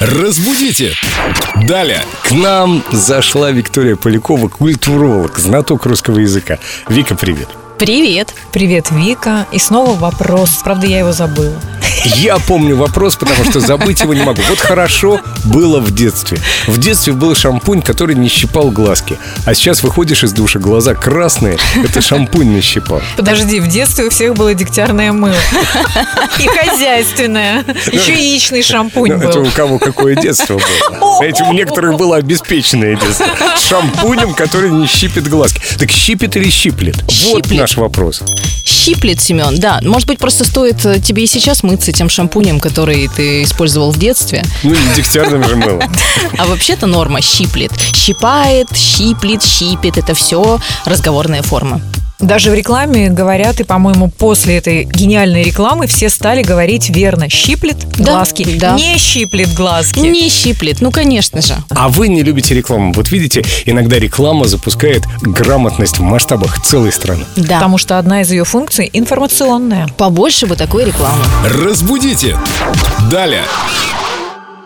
Разбудите! Далее. К нам зашла Виктория Полякова, культуролог, знаток русского языка. Вика, привет. Привет! Привет, Вика. И снова вопрос. Правда, я его забыла. Я помню вопрос, потому что забыть его не могу. Вот хорошо было в детстве. В детстве был шампунь, который не щипал глазки. А сейчас выходишь из душа, глаза красные, это шампунь нащипал. Подожди, в детстве у всех было дегтярное мыло. И хозяйственное. Еще яичный шампунь Ну, это был. у кого какое детство было. Знаете, у некоторых было обеспеченное детство. С шампунем, который не щипит глазки. Так щипит или щиплет? Вот Щиплет. наш вопрос. Щиплет, Семен, да. Может быть, просто стоит э, тебе и сейчас мыться тем шампунем, который ты использовал в детстве. Ну, не дегтярным же мылом. А вообще-то норма щиплет. Щипает, щиплет, щипет. Это все разговорная форма. Даже в рекламе говорят, и, по-моему, после этой гениальной рекламы все стали говорить верно. Щиплет Да, глазки. да. Не щиплет глазки. Не щиплет, ну, конечно же. А вы не любите рекламу. Вот видите, иногда реклама запускает грамотность в масштабах целой страны. Да. Потому что одна из ее функций информационная. Побольше бы такой рекламы. Разбудите! Далее!